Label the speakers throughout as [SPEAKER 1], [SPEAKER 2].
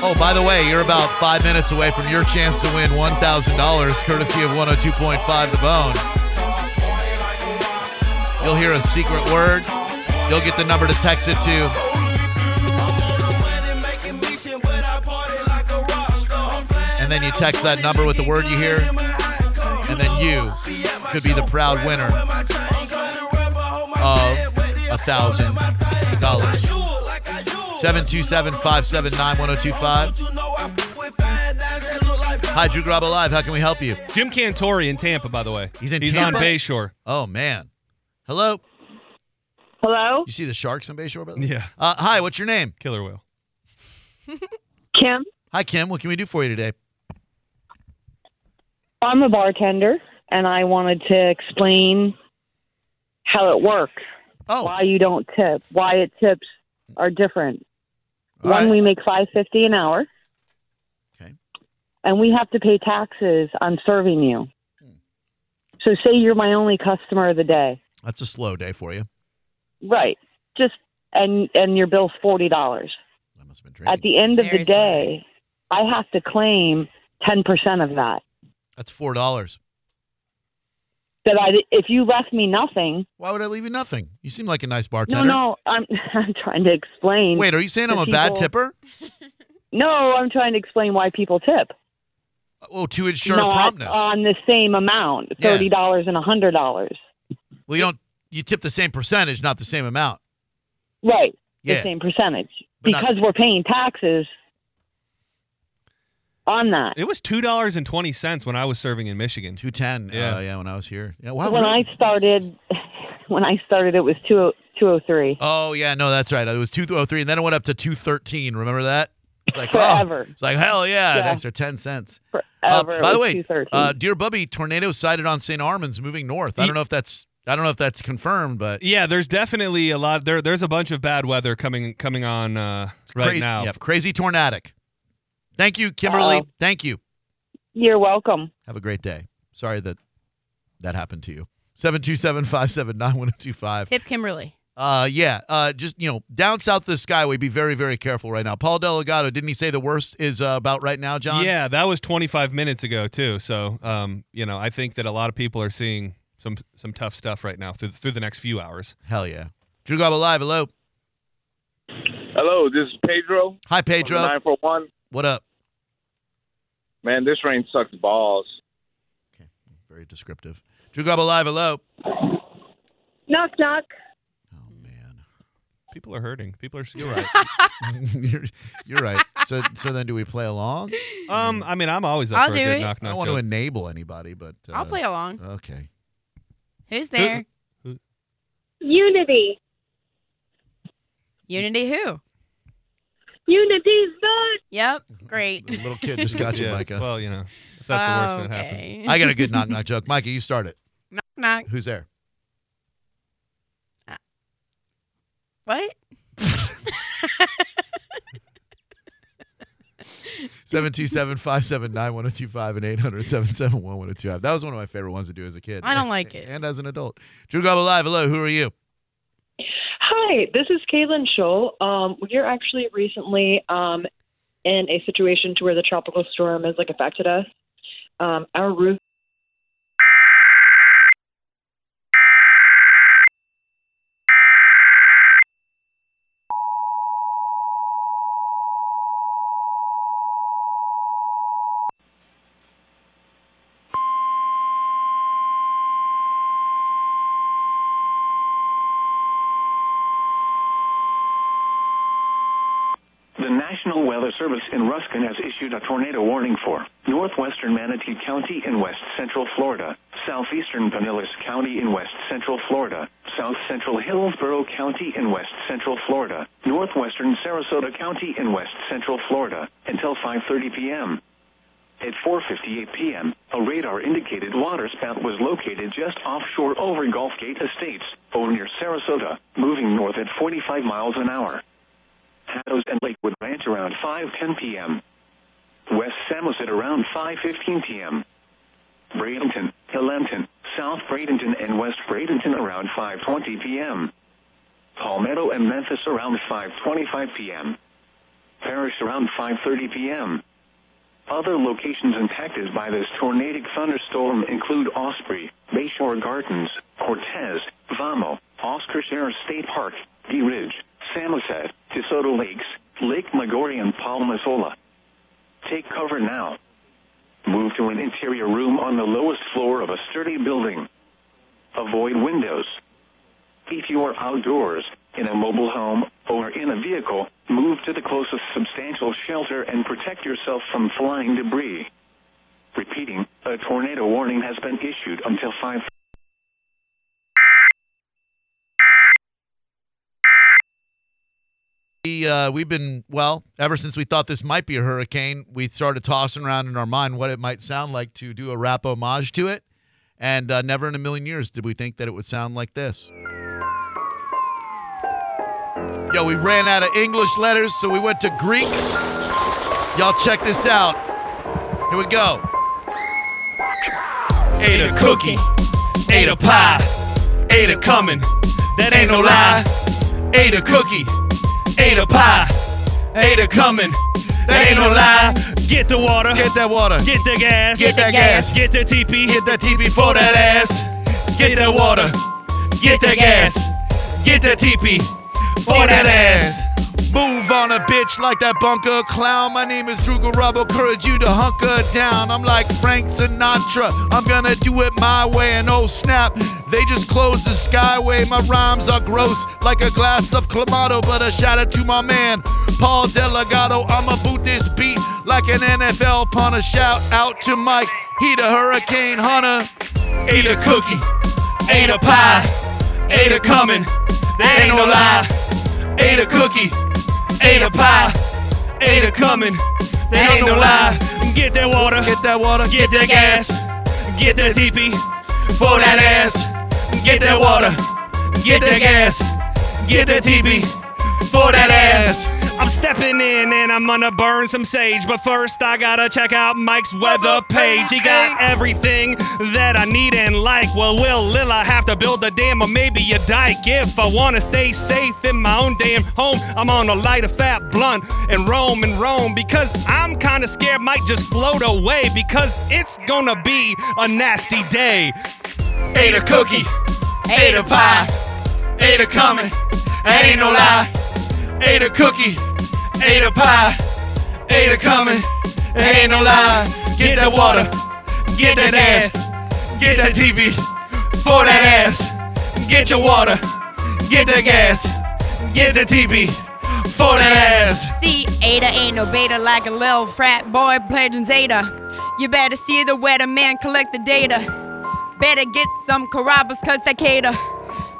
[SPEAKER 1] Oh, by the way, you're about five minutes away from your chance to win $1,000 courtesy of 102.5 The Bone. You'll hear a secret word. You'll get the number to text it to. And then you text that number with the word you hear. And then you could be the proud winner of $1,000. 727 579 1025. Hi, Drew Grabo Live. How can we help you?
[SPEAKER 2] Jim Cantori in Tampa, by the way.
[SPEAKER 1] He's in
[SPEAKER 2] He's
[SPEAKER 1] Tampa?
[SPEAKER 2] on Bayshore.
[SPEAKER 1] Oh, man. Hello.
[SPEAKER 3] Hello,
[SPEAKER 1] You see the sharks on Bayshore, brother?
[SPEAKER 2] Yeah.
[SPEAKER 1] Uh, hi, what's your name?
[SPEAKER 2] Killer whale.
[SPEAKER 3] Kim.
[SPEAKER 1] Hi, Kim. What can we do for you today?
[SPEAKER 3] I'm a bartender, and I wanted to explain how it works,
[SPEAKER 1] Oh,
[SPEAKER 3] why you don't tip, why it tips are different.
[SPEAKER 1] all
[SPEAKER 3] One,
[SPEAKER 1] right.
[SPEAKER 3] we make five fifty an hour.
[SPEAKER 1] Okay.
[SPEAKER 3] And we have to pay taxes on serving you. So say you're my only customer of the day.
[SPEAKER 1] That's a slow day for you.
[SPEAKER 3] Right. Just and and your bill's forty dollars.
[SPEAKER 1] I must have been drinking.
[SPEAKER 3] At the end of
[SPEAKER 4] Very
[SPEAKER 3] the day, I have to claim ten percent of that.
[SPEAKER 1] That's four dollars.
[SPEAKER 3] That I if you left me nothing.
[SPEAKER 1] Why would I leave you nothing? You seem like a nice
[SPEAKER 3] No,
[SPEAKER 1] bartender.
[SPEAKER 3] no, I'm I'm trying to explain.
[SPEAKER 1] Wait, are you saying
[SPEAKER 3] The
[SPEAKER 1] I'm a bad
[SPEAKER 3] people-
[SPEAKER 1] tipper?
[SPEAKER 3] No, I'm trying to explain why people tip.
[SPEAKER 1] Oh, to ensure
[SPEAKER 3] Not
[SPEAKER 1] promptness.
[SPEAKER 3] on the same amount,
[SPEAKER 1] Yeah.
[SPEAKER 3] thirty dollars and a hundred dollars.
[SPEAKER 1] well, you don't. You tip the same percentage, not the same amount.
[SPEAKER 3] Right.
[SPEAKER 1] Yeah.
[SPEAKER 3] the same percentage
[SPEAKER 1] But not-
[SPEAKER 3] because we're paying taxes on that.
[SPEAKER 2] It was two dollars and twenty cents when I was serving in Michigan.
[SPEAKER 1] Two ten. Yeah,
[SPEAKER 2] Yeah.
[SPEAKER 1] yeah. When I was here. Yeah. Wow.
[SPEAKER 3] when
[SPEAKER 1] Oh, really?
[SPEAKER 3] I started, when I started, it was two two oh three
[SPEAKER 1] Oh yeah, no, that's right. It was two oh three, and then it went up to two thirteen. Remember that? It's like oh,
[SPEAKER 3] forever,
[SPEAKER 1] it's like hell yeah, an
[SPEAKER 3] Yeah.
[SPEAKER 1] extra ten cents. Uh,
[SPEAKER 3] forever.
[SPEAKER 1] by
[SPEAKER 3] it
[SPEAKER 1] the
[SPEAKER 3] was
[SPEAKER 1] way,
[SPEAKER 3] 213.
[SPEAKER 1] uh, dear Bubby, tornado sighted on St. Armand's, moving north. I don't know if that's I don't know if that's confirmed, but
[SPEAKER 2] Yeah, there's definitely a lot there there's a bunch of bad weather coming coming on uh, right
[SPEAKER 1] cra-
[SPEAKER 2] now.
[SPEAKER 1] yeah, crazy tornadic. Thank you, Kimberly.
[SPEAKER 3] Uh-oh.
[SPEAKER 1] Thank you.
[SPEAKER 3] You're welcome.
[SPEAKER 1] Have a great day. Sorry that that happened to you. 727-579-1025.
[SPEAKER 4] Tip Kimberly.
[SPEAKER 1] Uh yeah, uh just you know, down south of the skyway be very very careful right now. Paul Delgado, didn't he say the worst is uh, about right now, John?
[SPEAKER 2] Yeah, that was 25 minutes ago too. So, um, you know, I think that a lot of people are seeing some some tough stuff right now through through the next few hours.
[SPEAKER 1] Hell yeah. Drew Gobble Live, hello.
[SPEAKER 5] Hello, this is Pedro.
[SPEAKER 1] Hi Pedro.
[SPEAKER 5] Nine four one.
[SPEAKER 1] What up?
[SPEAKER 5] Man, this rain sucks balls.
[SPEAKER 1] Very descriptive. Drew Gobble Live, hello.
[SPEAKER 3] Knock knock.
[SPEAKER 1] Oh man.
[SPEAKER 2] People are hurting. People are you're right.
[SPEAKER 1] you're, you're right. So so then do we play along?
[SPEAKER 2] um, I mean, I'm always up
[SPEAKER 4] I'll
[SPEAKER 2] for
[SPEAKER 4] do
[SPEAKER 2] a good
[SPEAKER 4] it.
[SPEAKER 2] knock
[SPEAKER 1] I
[SPEAKER 2] knock.
[SPEAKER 1] don't want to
[SPEAKER 2] joke.
[SPEAKER 1] enable anybody, but uh,
[SPEAKER 4] I'll play along.
[SPEAKER 1] Okay.
[SPEAKER 4] Who's there?
[SPEAKER 6] Unity.
[SPEAKER 4] Unity who?
[SPEAKER 6] Unity's good.
[SPEAKER 4] Yep. Great.
[SPEAKER 1] The little kid just got you,
[SPEAKER 2] Yeah,
[SPEAKER 1] Micah.
[SPEAKER 2] Well, you know, if that's the worst that happens.
[SPEAKER 4] okay.
[SPEAKER 1] I got a good knock knock joke. Micah, you start it.
[SPEAKER 4] knock knock.
[SPEAKER 1] Who's there?
[SPEAKER 4] What?
[SPEAKER 1] 727 579 1025 and 800 771 1025. That was one of my favorite ones to do as a kid.
[SPEAKER 4] I don't like it.
[SPEAKER 1] And as an adult. Drew Gobble Live, hello. Who are you?
[SPEAKER 7] Hi, this is Kaylin Scholl. Um, we're actually recently um, in a situation to where the tropical storm has like affected us. Um, our roof.
[SPEAKER 8] The National Weather Service in Ruskin has issued a tornado warning for northwestern Manatee County in west central Florida, southeastern Pinellas County in west central Florida, south central Hillsborough County in west central Florida, northwestern Sarasota County in west central Florida until 5:30 p.m. At 4:58 p.m., a radar indicated water spout was located just offshore over Gulfgate Estates, over near Sarasota, moving north at 45 miles an hour. Hados and Lakewood Ranch around 5:10 p.m. West Samos at around 5:15 p.m. Bradenton, Hillempton, South Bradenton, and West Bradenton around 5:20 p.m. Palmetto and Memphis around 5:25 p.m. perished around 5:30 p.m. Other locations impacted by this tornadic thunderstorm include Osprey, Bayshore Gardens, Cortez, Vamo, Oscar Harris State Park, Dee Ridge, Samoset, DeSoto Lakes, Lake Magori, and Palmasola. Take cover now. Move to an interior room on the lowest floor of a sturdy building. Avoid windows. If you are outdoors, in a mobile home, or in a vehicle, move to the closest substantial shelter and protect yourself from flying debris. Repeating, a tornado warning has been issued until 5.
[SPEAKER 1] We, uh, we've been, well, ever since we thought this might be a hurricane, we started tossing around in our mind what it might sound like to do a rap homage to it. And uh, never in a million years did we think that it would sound like this. Yo, we ran out of English letters, so we went to Greek. Y'all check this out. Here we go.
[SPEAKER 2] Ate a cookie, ate a pie, ate a coming. That ain't no lie. Ate a cookie, ate a pie, ate a coming. That ain't no lie. Get the water,
[SPEAKER 1] Get that water.
[SPEAKER 2] get the gas,
[SPEAKER 1] Get that gas.
[SPEAKER 2] get the TP,
[SPEAKER 1] Get that TP for that ass. Get that water. Get that gas. Get that TP for that ass. Move on a bitch like that bunker clown. My name is Drew Garabo. Encourage you to hunker down. I'm like Frank Sinatra. I'm gonna do it my way. And oh snap, they just closed the skyway. My rhymes are gross like a glass of Clamato. But a shout out to my man, Paul Delgado. I'ma boot this beat like an NFL punter. Shout out to Mike. He the hurricane hunter.
[SPEAKER 2] ate a cookie, ate a pie, ate a coming. That ain't no lie. Ate a cookie, ate a pie, ate a coming. That ain't no lie. Get that water,
[SPEAKER 1] Get that water.
[SPEAKER 2] get that gas, get that TP for that ass. Get that water, get that gas, get that TP for that ass. I'm stepping in and I'm gonna burn some sage, but first I gotta check out Mike's weather page. He got everything that I need and like. Well, will Lil I have to build a dam or maybe a dike? If I wanna stay safe in my own damn home, I'm on a light a fat blunt and roam and roam because I'm kinda scared Mike just float away because it's gonna be a nasty day. Ate a cookie, ate a pie, ate a coming. That ain't no lie. Ate a cookie, ate a pie, ate a coming. That ain't no lie. Get that water, get that ass, get that TV for that ass. Get your water, get that gas, get the TV for that ass.
[SPEAKER 4] See, Ada ain't no beta like a little frat boy pledging Zeta. You better see the weatherman collect the data. Better get some carabas cause they cater.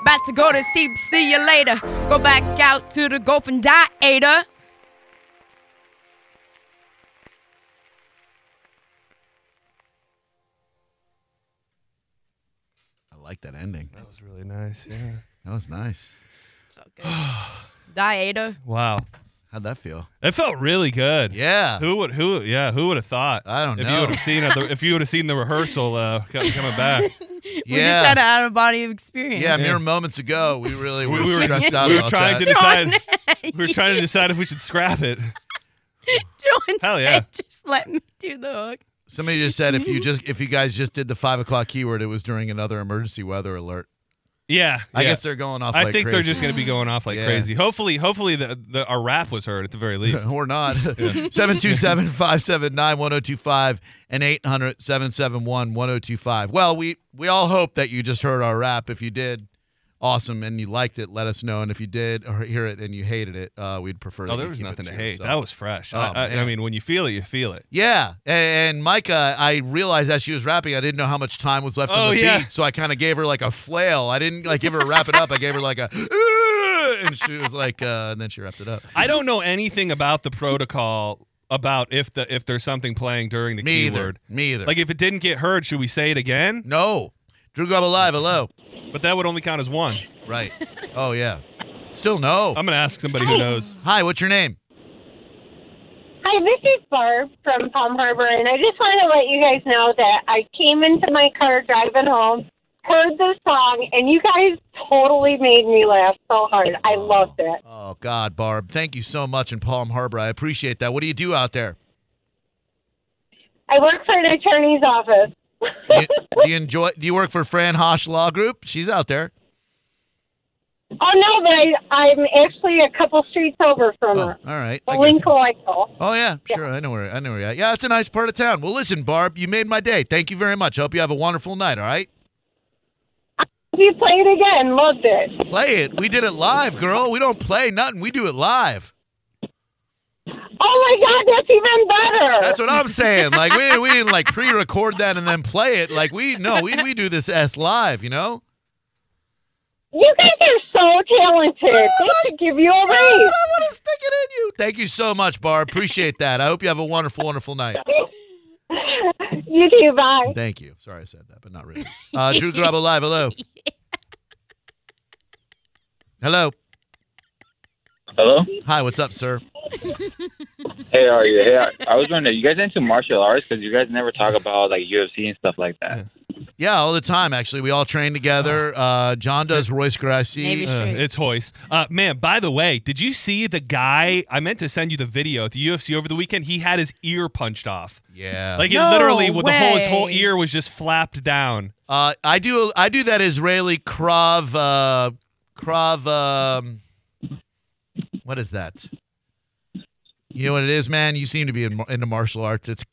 [SPEAKER 4] About to go to sleep, see you later. Go back out to the Gulf and die, Ada.
[SPEAKER 1] I like that ending.
[SPEAKER 2] That was really nice. Yeah.
[SPEAKER 1] That was nice.
[SPEAKER 4] Die, Ada.
[SPEAKER 2] Wow.
[SPEAKER 1] How'd that feel?
[SPEAKER 2] That felt really good.
[SPEAKER 1] Yeah.
[SPEAKER 2] Who would who yeah who would have thought?
[SPEAKER 1] I don't
[SPEAKER 2] if
[SPEAKER 1] know.
[SPEAKER 2] You would have seen it, if you would have seen the rehearsal uh, co- coming back.
[SPEAKER 4] We just
[SPEAKER 1] Yeah.
[SPEAKER 4] had an out of body experience.
[SPEAKER 1] yeah, mere moments ago, we really were,
[SPEAKER 2] We, we were
[SPEAKER 1] stressed out
[SPEAKER 2] we were
[SPEAKER 1] about
[SPEAKER 2] trying
[SPEAKER 1] that.
[SPEAKER 2] to decide. We were trying to decide if we should scrap it.
[SPEAKER 4] John
[SPEAKER 2] Hell
[SPEAKER 4] said,
[SPEAKER 2] yeah.
[SPEAKER 4] just let me do the hook.
[SPEAKER 1] Somebody just said if you just if you guys just did the five o'clock keyword, it was during another emergency weather alert.
[SPEAKER 2] Yeah,
[SPEAKER 1] I
[SPEAKER 2] yeah.
[SPEAKER 1] guess they're going off.
[SPEAKER 2] I
[SPEAKER 1] like
[SPEAKER 2] think they're
[SPEAKER 1] crazy.
[SPEAKER 2] just going to be going off like
[SPEAKER 1] Yeah.
[SPEAKER 2] crazy. Hopefully, hopefully the, the our rap was heard at the very least.
[SPEAKER 1] or not. 727 579 1025 and 800 771 1025. Well, we, we all hope that you just heard our rap. If you did, awesome, and you liked it, let us know. And if you did or hear it and you hated it, uh, we'd prefer that
[SPEAKER 2] oh, there
[SPEAKER 1] you
[SPEAKER 2] was
[SPEAKER 1] keep it
[SPEAKER 2] nothing to
[SPEAKER 1] to
[SPEAKER 2] hate.
[SPEAKER 1] yourself.
[SPEAKER 2] That was fresh.
[SPEAKER 1] Oh,
[SPEAKER 2] I, I, I
[SPEAKER 1] man.
[SPEAKER 2] mean, when you feel it, you feel it.
[SPEAKER 1] Yeah, a- and Micah, I realized as she was rapping, I didn't know how much time was left
[SPEAKER 2] Oh,
[SPEAKER 1] on the
[SPEAKER 2] yeah.
[SPEAKER 1] beat, so I kind of gave her like a flail. I didn't like give her a wrap it up. I gave her like a, and she was like, uh, and then she wrapped it up.
[SPEAKER 2] I don't know anything about the protocol about if the if there's something playing during the
[SPEAKER 1] Me either.
[SPEAKER 2] keyword.
[SPEAKER 1] Me either.
[SPEAKER 2] Like if it didn't get heard, should we say it again?
[SPEAKER 1] no, Drew Gobble live. Hello.
[SPEAKER 2] But that would only count as one.
[SPEAKER 1] Right. Oh yeah. Still no.
[SPEAKER 2] I'm gonna ask somebody
[SPEAKER 1] Oh.
[SPEAKER 2] who knows.
[SPEAKER 1] Hi, what's your name?
[SPEAKER 6] Hi, this is Barb from Palm Harbor, and I just want to let you guys know that I came into my car driving home, heard the song, and you guys totally made me laugh so hard. I loved it.
[SPEAKER 1] Oh, God, Barb. Thank you so much in Palm Harbor. I appreciate that. What do you do out there?
[SPEAKER 6] I work for an attorney's office.
[SPEAKER 1] Do you,
[SPEAKER 6] Oh,
[SPEAKER 1] do you enjoy? Do you work for Fran Hosh Law Group? She's out there.
[SPEAKER 6] Oh no, but I, I'm actually a couple streets over from
[SPEAKER 1] Oh, all
[SPEAKER 6] her.
[SPEAKER 1] right. I
[SPEAKER 6] The
[SPEAKER 1] got you.
[SPEAKER 6] Linkle
[SPEAKER 1] Oh yeah, sure. I know where I know where you're at. Yeah, it's a nice part of town. Well, listen, Barb, you made my day. Thank you very much. I hope you have a wonderful night. All right,
[SPEAKER 6] You play it again. Loved it.
[SPEAKER 1] play it. We did it live, girl. We don't play nothing. We do it live.
[SPEAKER 6] Oh my God, that's even better.
[SPEAKER 1] That's what I'm saying. Like we we didn't like pre-record that and then play it. Like we no, we we do this s live. You know.
[SPEAKER 6] you guys are so talented. They should give you a
[SPEAKER 1] I
[SPEAKER 6] raise.
[SPEAKER 1] want to stick it in you. Thank you so much, Barb. Appreciate that. I hope you have a wonderful, wonderful night.
[SPEAKER 6] You do. Bye.
[SPEAKER 1] Thank you. Sorry I said that, but not really. Uh, Drew Garabo live. Hello. Hello.
[SPEAKER 5] Hello.
[SPEAKER 1] Hi. What's up, sir?
[SPEAKER 5] Hey, how are you? Hey, I, I was wondering, you guys into martial arts? Because you guys never talk about like UFC and stuff like that.
[SPEAKER 1] Yeah, all the time. Actually, we all train together. Uh, John does Royce Gracie.
[SPEAKER 4] Maybe
[SPEAKER 1] Uh,
[SPEAKER 4] she-
[SPEAKER 2] Uh,
[SPEAKER 4] Straight.
[SPEAKER 2] it's Hoist. Uh, man, by the way, did you see the guy? I meant to send you the video at the UFC over the weekend. He had his ear punched off.
[SPEAKER 1] yeah.
[SPEAKER 2] Like
[SPEAKER 4] No
[SPEAKER 2] it literally, with the whole his whole
[SPEAKER 4] way.
[SPEAKER 2] ear was just flapped down.
[SPEAKER 1] uh, I do. I do that Israeli krav. Uh, krav. Um, what is that? You know what it is, man. You seem to be in, into martial arts. It's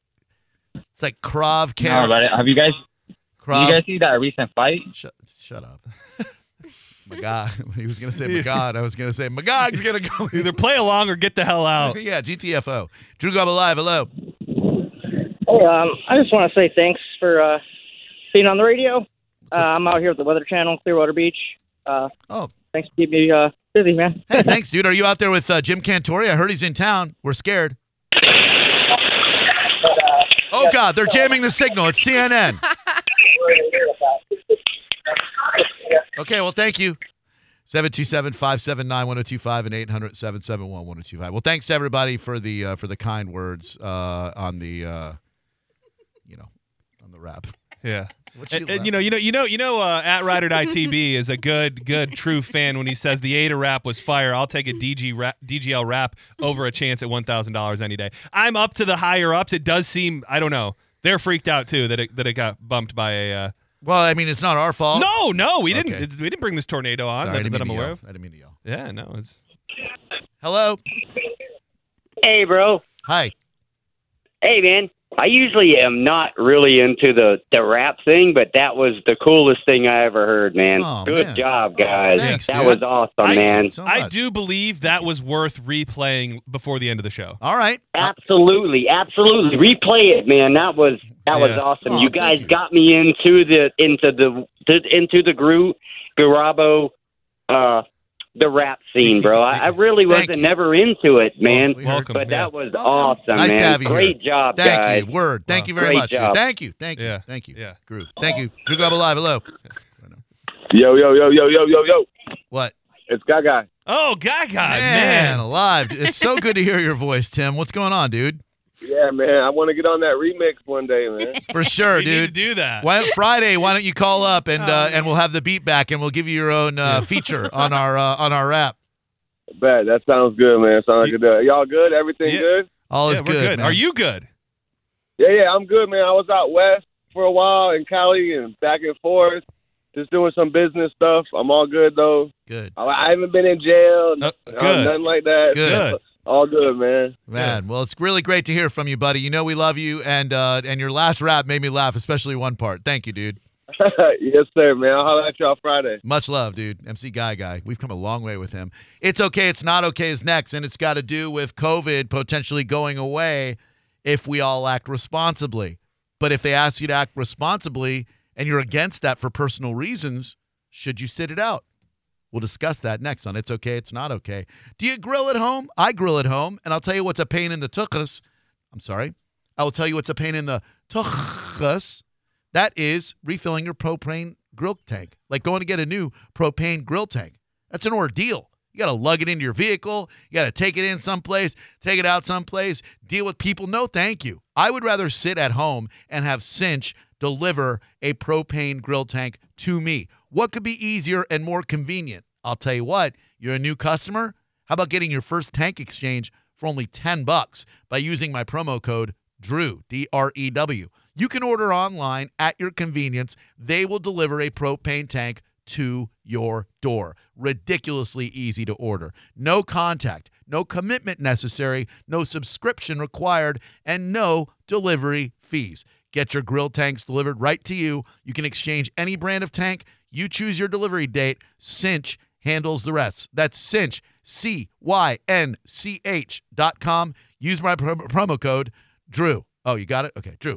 [SPEAKER 1] it's like krav.
[SPEAKER 5] No,
[SPEAKER 1] Kar-
[SPEAKER 5] but uh, have you guys?
[SPEAKER 1] krav.
[SPEAKER 5] you guys see that recent fight?
[SPEAKER 1] shut, shut up. Magog. He was gonna say Magog. I was gonna say Magog's gonna go.
[SPEAKER 2] Either play along or get the hell out.
[SPEAKER 1] yeah, GTFO. Drew Garbo live. Hello.
[SPEAKER 9] Hey, um, I just want to say thanks for uh, being on the radio. Uh, I'm out here at the Weather Channel, Clearwater Beach. Uh,
[SPEAKER 1] Oh.
[SPEAKER 9] thanks for keeping me uh, busy, man.
[SPEAKER 1] Hey, thanks, dude. Are you out there with uh, Jim Cantori? I heard he's in town. We're scared. Oh God, they're jamming the signal. It's CNN. Okay, well, thank you. 727-579-1025 and 800-771-1025. Well, thanks to everybody for the uh, for the kind words uh, on the uh, you know, on the rap.
[SPEAKER 2] Yeah.
[SPEAKER 1] What's
[SPEAKER 2] And,
[SPEAKER 1] she
[SPEAKER 2] and, you know, you know, you know, you know. Uh, at Rider ITB is a good, good, true fan when he says the Ada rap was fire. I'll take a DG rap, DGL rap over a chance at one thousand dollars any day. I'm up to the higher ups. It does seem I don't know. They're freaked out too that it that it got bumped by a. Uh,
[SPEAKER 1] Well, I mean, it's not our fault.
[SPEAKER 2] no, no, we didn't.
[SPEAKER 1] Oh. Okay.
[SPEAKER 2] it's- We didn't bring this tornado on
[SPEAKER 1] Sorry, I
[SPEAKER 2] that,
[SPEAKER 1] didn't
[SPEAKER 2] that
[SPEAKER 1] mean
[SPEAKER 2] I'm
[SPEAKER 1] to
[SPEAKER 2] aware
[SPEAKER 1] yell.
[SPEAKER 2] of.
[SPEAKER 1] I didn't mean to yell.
[SPEAKER 2] Yeah, no, it's
[SPEAKER 1] Hello.
[SPEAKER 9] Hey, bro.
[SPEAKER 1] Hi.
[SPEAKER 9] Hey, man. I usually am not really into the, the rap thing, but that was the coolest thing I ever heard, man.
[SPEAKER 1] Oh,
[SPEAKER 9] Good
[SPEAKER 1] man.
[SPEAKER 9] job, guys.
[SPEAKER 1] Thanks,
[SPEAKER 9] that
[SPEAKER 1] dude.
[SPEAKER 9] was awesome,
[SPEAKER 2] I-
[SPEAKER 9] man.
[SPEAKER 1] So
[SPEAKER 2] I
[SPEAKER 1] much.
[SPEAKER 2] do believe that was worth replaying before the end of the show.
[SPEAKER 1] All right. Uh,
[SPEAKER 9] Absolutely, absolutely. Replay it, man. That was that was
[SPEAKER 2] Yeah.
[SPEAKER 9] awesome.
[SPEAKER 1] Aw,
[SPEAKER 9] you
[SPEAKER 1] thank
[SPEAKER 9] guys
[SPEAKER 1] you.
[SPEAKER 9] got me into the into the, the into the Gru Garabo uh the rap scene, bro. I, I really
[SPEAKER 1] Thank
[SPEAKER 9] wasn't
[SPEAKER 1] you.
[SPEAKER 9] never into it, man.
[SPEAKER 1] we heard.
[SPEAKER 2] Welcome.
[SPEAKER 9] but
[SPEAKER 2] yeah.
[SPEAKER 9] that was
[SPEAKER 4] Welcome.
[SPEAKER 9] awesome,
[SPEAKER 1] Nice to
[SPEAKER 9] man.
[SPEAKER 1] have you here.
[SPEAKER 9] Great job,
[SPEAKER 1] Thank
[SPEAKER 9] guys.
[SPEAKER 1] you. Word. Thank
[SPEAKER 2] Wow.
[SPEAKER 1] you very
[SPEAKER 9] Great
[SPEAKER 1] much. dude.
[SPEAKER 9] job.
[SPEAKER 1] Thank you. Thank you.
[SPEAKER 2] Yeah.
[SPEAKER 1] Thank you.
[SPEAKER 2] Yeah.
[SPEAKER 1] Groove. Thank you. Drew Grub Alive. Hello.
[SPEAKER 5] Yo, yo, yo, yo, yo, yo, yo!
[SPEAKER 1] What?
[SPEAKER 5] It's Gaga.
[SPEAKER 2] Oh, Gaga,
[SPEAKER 1] man,
[SPEAKER 2] man.
[SPEAKER 1] alive. It's so good to hear your voice, Tim. What's going on, dude?
[SPEAKER 5] Yeah, man. I want to get on that remix one day, man.
[SPEAKER 1] For sure,
[SPEAKER 2] we need to
[SPEAKER 1] dude.
[SPEAKER 2] do that.
[SPEAKER 1] Why, Friday, why don't you call up and
[SPEAKER 4] Oh,
[SPEAKER 1] uh,
[SPEAKER 4] man.
[SPEAKER 1] and we'll have the beat back and we'll give you your own uh, feature on our uh, on our rap.
[SPEAKER 5] Bet that sounds good, man. Sounds
[SPEAKER 2] You-
[SPEAKER 5] good. Uh, Y'all good? Everything
[SPEAKER 2] Yeah.
[SPEAKER 5] good?
[SPEAKER 1] All
[SPEAKER 2] Yeah,
[SPEAKER 1] is
[SPEAKER 2] we're
[SPEAKER 1] good. man.
[SPEAKER 2] Are you good?
[SPEAKER 5] Yeah, yeah, I'm good, man. I was out west for a while in Cali and back and forth, just doing some business stuff. I'm all good though.
[SPEAKER 1] good?
[SPEAKER 5] I, I haven't been in jail,
[SPEAKER 2] Uh,
[SPEAKER 5] no-
[SPEAKER 2] good.
[SPEAKER 5] nothing like that.
[SPEAKER 1] Good.
[SPEAKER 2] Good.
[SPEAKER 5] All good, man.
[SPEAKER 1] Man, well, it's really great to hear from you, buddy. You know we love you, and uh, and your last rap made me laugh, especially one part. Thank you, dude.
[SPEAKER 5] yes, sir, man. I'll holler at y'all Friday.
[SPEAKER 1] Much love, dude. MC Guy Guy. We've come a long way with him. It's okay, it's not okay is next, and it's got to do with COVID potentially going away if we all act responsibly. But if they ask you to act responsibly and you're against that for personal reasons, should you sit it out? We'll discuss that next on It's Okay, It's Not Okay. Do you grill at home? I grill at home, and I'll tell you what's a pain in the tuchus. I'm sorry. I will tell you what's a pain in the tuchus. That is refilling your propane grill tank, like going to get a new propane grill tank. That's an ordeal. You got to lug it into your vehicle. You got to take it in someplace, take it out someplace, deal with people. No, thank you. I would rather sit at home and have Cinch deliver a propane grill tank to me. What could be easier and more convenient? I'll tell you what, you're a new customer. How about getting your first tank exchange for only 10 bucks by using my promo code DREW, D R E W? You can order online at your convenience. They will deliver a propane tank to your door. Ridiculously easy to order. No contact, no commitment necessary, no subscription required, and no delivery fees. Get your grill tanks delivered right to you. You can exchange any brand of tank. You choose your delivery date. Cinch handles the rest. That's Cinch, C Y N C H dot com. Use my prom- promo code, Drew. Oh, you got it? Okay, Drew.